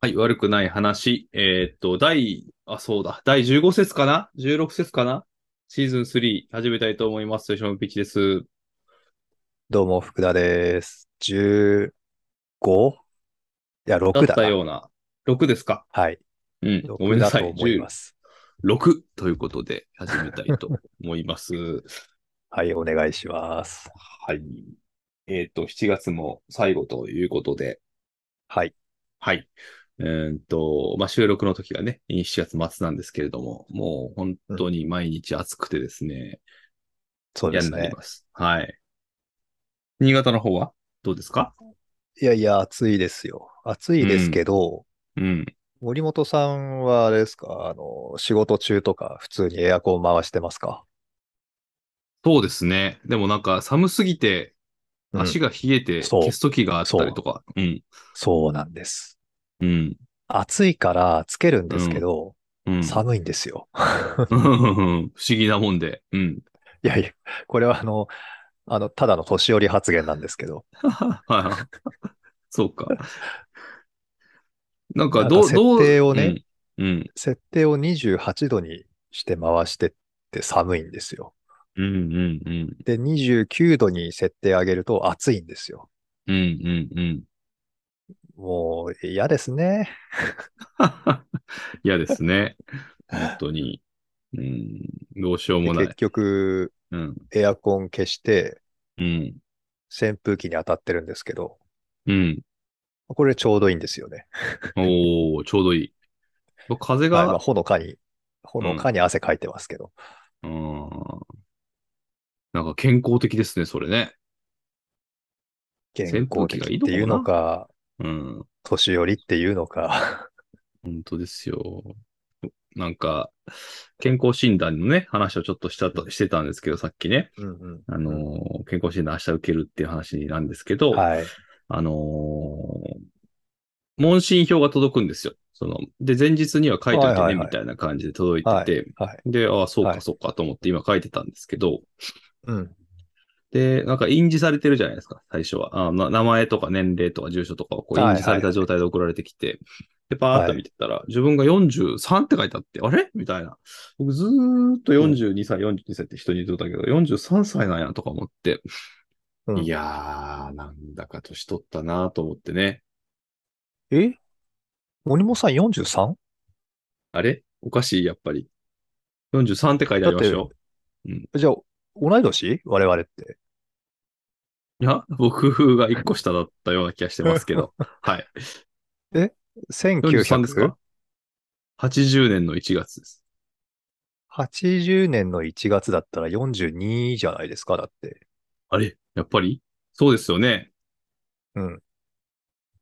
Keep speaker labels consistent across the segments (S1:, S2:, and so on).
S1: はい、悪くない話。えーっと、第、あ、そうだ、第15節かな ?16 節かなシーズン3始めたいと思います。豊島ピッチです。
S2: どうも、福田です。15? いや、6
S1: だっ
S2: だな
S1: たような。6ですか
S2: はい。
S1: うん。
S2: 6
S1: ごめんなさ
S2: だ
S1: い。
S2: と思います。
S1: 16ということで始めたいと思います。
S2: はい、お願いします。
S1: はい。えーっと、7月も最後ということで、
S2: はい。
S1: はい。えーっと、まあ、収録の時がね、7月末なんですけれども、もう本当に毎日暑くてですね、
S2: そうで
S1: 嫌
S2: す
S1: になり
S2: ね。
S1: ます。はい。新潟の方はどうですか
S2: いやいや、暑いですよ。暑いですけど、
S1: うん。
S2: 森本さんはあれですか、あの、仕事中とか普通にエアコン回してますか
S1: そうですね。でもなんか寒すぎて、
S2: うん
S1: 足が冷えて
S2: そう
S1: 消す時があったりとか。うん。
S2: そうなんです。
S1: うん。
S2: 暑いからつけるんですけど、
S1: うん。
S2: 寒いんですよ。
S1: 不思議なもんで。うん。
S2: いやいや、これはあの、あの、ただの年寄り発言なんですけど、
S1: はいはい。そうか。なんか、
S2: なんか
S1: どう、
S2: 設
S1: どう、
S2: 定をね
S1: うん。うん。
S2: 設定を28度にして回してって寒いんですよ。
S1: うんうんうん。
S2: で、29度に設定上げると暑いんですよ。
S1: うんうんうん。
S2: もう嫌ですね。
S1: 嫌ですね。本当に。うん。どうしよう
S2: で
S1: もない
S2: 結。局、
S1: うん。
S2: エアコン消して
S1: うん。
S2: 扇風機に当たってるんですけど、
S1: うん。
S2: これちょうどいいんですよね。
S1: おー、ちょうどいい。風
S2: まあ、
S1: が、
S2: 今ほのかに、ほのかに汗かいてますけど。
S1: うん。なんか健康的ですね、それね。
S2: 健康的ってい
S1: 扇風
S2: うの
S1: 機がいいの
S2: か、
S1: うん。
S2: 年寄りっていうのか、
S1: 本当ですよ。なんか、健康診断のね、話をちょっとしたとしてたんですけど、さっきね。
S2: うんうん
S1: あのー健康診断明日受けるっていう話なんですけど、
S2: はい。
S1: あのー問診票が届くんですよ。その、で、前日には書いといて
S2: はいは
S1: ね、
S2: いはい
S1: みたいな感じで届いてて、
S2: はい。
S1: で、ああ、そう
S2: は
S1: か、
S2: い
S1: そうかと思って今書いてたんですけど、
S2: うん。
S1: で、なんか印字されてるじゃないですか、最初は。あな名前とか年齢とか住所とかをこう
S2: はいはい
S1: 印字された状態で送られてきて、で、パーッと見てたら、自分が43って書いてあって、あれみたいな。僕ずーっと42歳、42歳って人に言ってたけど、43歳なんやとか思って、
S2: うん
S1: いやー、なんだか年取ったなと思ってね。
S2: え森本さん 43?
S1: あれおかしい、やっぱり。43って書いてありました
S2: だ
S1: よ
S2: っ。じゃあ、同い年我々って。
S1: いや、僕が1個下だったような気がしてますけ ど。はい。43です
S2: 1980
S1: か ?80 年の1月です。
S2: 年の1月だったら42じゃないですかだって。
S1: あれやっぱりそうですよね。
S2: うん。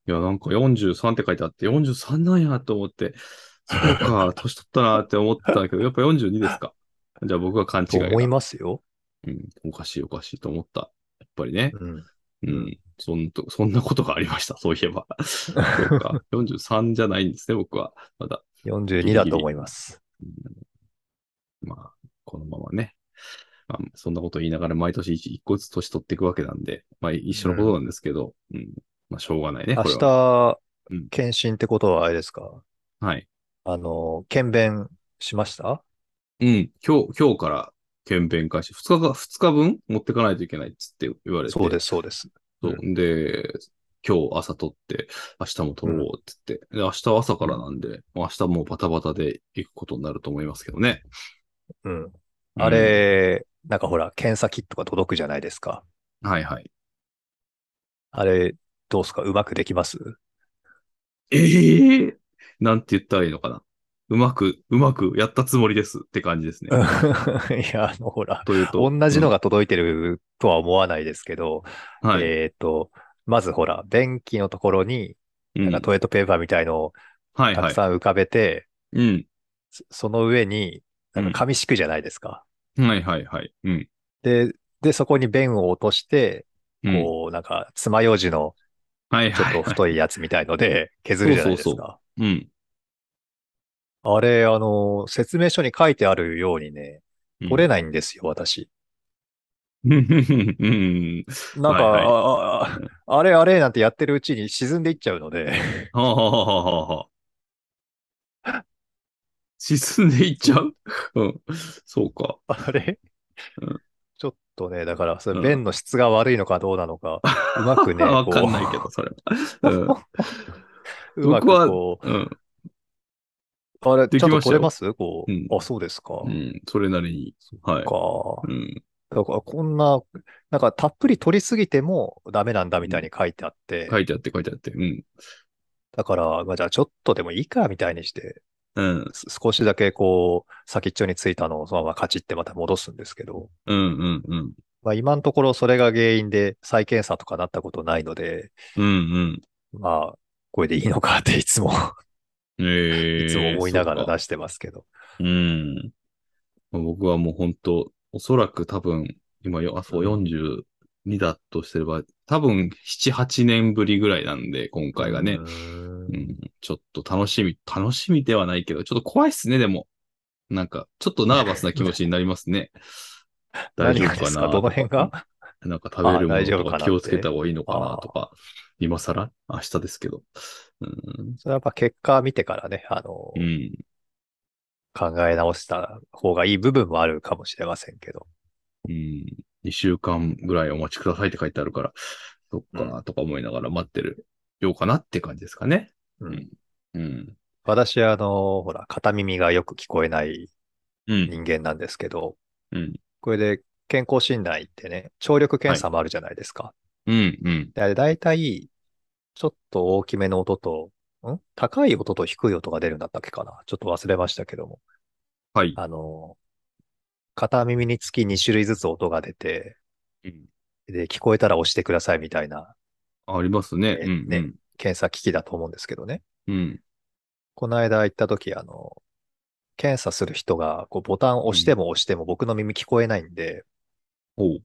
S1: いや、なんか43って書いてあって、43なんやと思って、そう か、年取ったなって思ってたんだけど、やっぱ42ですか。じゃあ僕は勘違
S2: と
S1: いが
S2: 思いますよ。
S1: うん。おかしいおかしいと思った。やっぱりね。
S2: うん。
S1: うん。そんとそんなことがありました。そういえば。 そうか。43じゃないんですね、僕は。まだ。
S2: 42だと思います。
S1: まあ、このままね。まあ、そんなこと言いながら毎年一一個ずつ年取っていくわけなんで、まあ一緒のことなんですけど、うん。まあしょうがないね、
S2: 明
S1: これは。
S2: 日
S1: うん、
S2: 検診ってことはあれですか
S1: はい。
S2: あの、検便しました
S1: うん。今日、今日から検便開始。2日が、二日分持ってかないといけないっつって言われて。。
S2: そうですす、そうです。
S1: そう。で、今日朝取って、明日も取ろうっつって。で、明日は朝からなんで、明日もうバタバタで行くことになると思いますけどね。
S2: うん。あれ、なんかほら、検査キットが届くじゃないですか。
S1: うん、はいはい。
S2: あれ、どうすかうまくできます
S1: ええなんて言ったらいいのかな。うまく、うまくやったつもりですって感じですね。
S2: いや、あの、ほら、
S1: というと。
S2: 同じの
S1: が、
S2: が届いてるとは思わないですけど、
S1: はい。
S2: えっ、と、まずほら、便器のところに、
S1: う
S2: なん
S1: ん
S2: かトイレットペーパーみたいのを
S1: はい
S2: た
S1: は
S2: く
S1: い。
S2: さん浮かべて、
S1: うん。
S2: そその上に、なんか紙敷くじゃないですか。
S1: はいはいはい。うん。
S2: で、で、そこに便を落として、
S1: うん
S2: こう、なんか、爪楊枝の
S1: はい
S2: ちょ
S1: は
S2: っ
S1: い、
S2: と
S1: はい。
S2: 太いやつみたいので削るじゃないです
S1: そ
S2: か。
S1: うそううん。
S2: あれ、あの、説明書に書いてあるようにね、取れないんですよ、私。
S1: うん。
S2: なんか、
S1: はいはい
S2: あああれあれなんてやってるうちに沈んでいっちゃうので、
S1: はあはあはあはあはあ沈んでいっちゃううん。そうか。
S2: あれ、
S1: うん
S2: ちょっとね、だから、そうれ
S1: ん
S2: 弁の質が悪いのかどうなのか、うまくね、
S1: わ
S2: こ
S1: かんないけど、それは。
S2: う、うま
S1: 僕
S2: く
S1: は
S2: こ
S1: うん。うん
S2: う、あれ、ち
S1: でき
S2: ゃ
S1: ま
S2: ん
S1: したよ
S2: と取れますこう、
S1: うん
S2: あ、そうですか。
S1: うん。それなりに。はい。
S2: か。
S1: うん。
S2: だから、こんな、なんか、たっぷり取りすぎてもダメなんだみたいに書いてあって、
S1: 書いてあって、書いてあって。うん。
S2: だから、まあ、じゃあ、ちょっとでもいいかみたいにして、
S1: うん。
S2: す少しだけこう、先っちょについたのをそのままカチってまた戻すんですけど、
S1: うん。うん。うん。
S2: まあ、今のところそれが原因で再検査とかなったことないので、
S1: うん。
S2: まあ、これでいいのかっていつ
S1: う
S2: も、
S1: ん。ええ
S2: いつも思いながら
S1: だ
S2: 出してますけど。
S1: うん。僕はもう本当、おそらく多分、今よ、あ、そう、42だとすれば、多分、7、8年ぶりぐらいなんで、今回がね
S2: う。ーん
S1: うん、ちょっと楽しみ、楽しみではないけど、ちょっと怖いっすね、でも。なんか、ちょっとナーバスな気持ちになりますね。大
S2: 何
S1: 丈夫
S2: が
S1: か
S2: です
S1: な
S2: かどの辺 が
S1: なんか食べるも
S2: あ大丈夫
S1: のと
S2: かなっ
S1: か気
S2: て
S1: をつけた方がいいのかなとか、今更明日ですけど。うん。
S2: それはやっぱ結果見てからね、あの、
S1: うん。
S2: 考え直した方がいい部分もあるかもしれませんけど。
S1: うん。2週間ぐらいお待ちくださいって書いてあるから、そっか、とか思いながら待ってるようかなって感じですかね。
S2: うん
S1: んうん。
S2: 私はあの、ほら、片耳がよく聞こえない
S1: うん。
S2: 人間なんですけど、
S1: うん。
S2: これで健康診断行ってね、聴力検査もあるじゃないですか。
S1: うん。うん。
S2: であれ大体、ちょっと大きめの音と、ん高い音と低い音が出るんだったっけかなちょっと忘れましたけども。
S1: はい。
S2: あの、片耳につき2種類ずつ音が出て、
S1: うん
S2: で、聞こえたら押してくださいみたいな
S1: ありますね。
S2: ね
S1: うん。
S2: ね検査機器だと思うんですけどね。
S1: うん。うん。
S2: この間行った時、あの、検査する人が、こう、ボタンを押しても押しても僕の耳聞こえないんで、
S1: おう。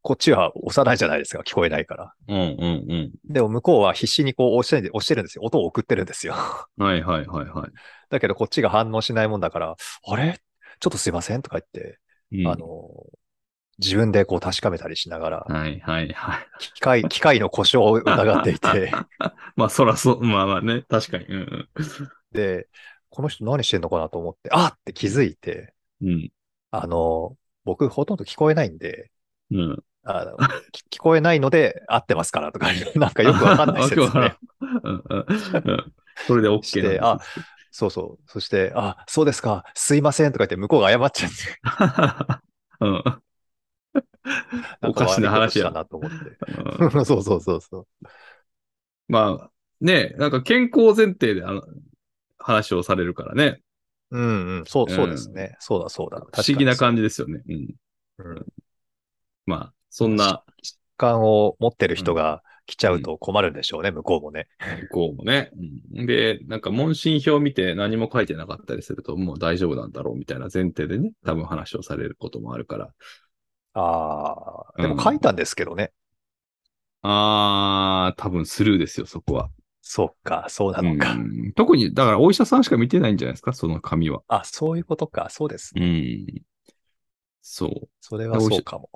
S2: こっちは押さないじゃないですか、聞こえないから。
S1: うんうん
S2: でも向こうは必死にこう押して、押してるんですよ。音を送ってるんですよ。
S1: うん。はいはいはいは
S2: だけどこっちが反応しないもんだから、あれちょっとすいませんとか言って、
S1: い。うん
S2: あの、自分でこう確かめたりしながら、
S1: はいはいはい。
S2: 機械、機械の故障を疑っていて、
S1: まあそらそう、まあまあね、確かに。うん
S2: で、この人何してんのかなと思って、あっって気づいて、
S1: うん。
S2: あの、僕ほとんど聞こえないんで、
S1: うん。うん。
S2: あのき聞こえないので合ってますからとか、 なんかよくわかんない 説
S1: わけわか
S2: 明
S1: らんうんうん。それで OK
S2: し
S1: なん
S2: て、
S1: だ
S2: あ、そうそう。そして、あ、そうですか、すいませんとか言って向こうが謝っちゃっ て、
S1: うん。
S2: ん
S1: おかしな話や
S2: 悪いことしたなと思って。
S1: うん
S2: そうそうそうそう。
S1: まあ、ね、なんか健康前提であの話をされるからね、
S2: うんうん、そう、
S1: うん
S2: そうですね。そうだ、そうだ。
S1: 不思議な感
S2: じ。
S1: じですよね。うん。
S2: うん
S1: まあ、そんな、
S2: 疾患を持ってる人が来ちゃうと困るんでしょうね、向こうもね。
S1: こうもね、うんで、なんか問診票見て何も書いてなかったりすると、もう大丈夫なんだろうみたいな前提でね、多分話をされることもあるから。
S2: ああ、
S1: う
S2: で
S1: ん
S2: も書いたんですけどね。
S1: あー、多分スルーですよ、そこは。
S2: そっか、そうなのか。
S1: うん特に、だからお医者さんしか見てないんじゃないですか、その紙は。
S2: あ、そういうことか、そうですね。
S1: うん。そう。
S2: それはそうかも。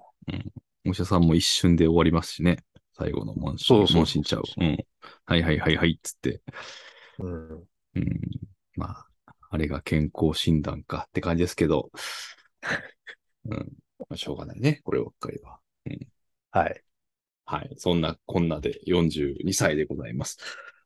S1: お医者さんも一瞬で終わりますしね。最後の問診。
S2: そうそうそう
S1: 問診ちゃう。うん。はいはいはいはい、つって。
S2: うん。
S1: うん。まあ、あれが健康診断かって感じですけど。 うん。まあ、しょうがないね。こればっかりは。
S2: はい。
S1: はい。そんなこんなで42歳でございます。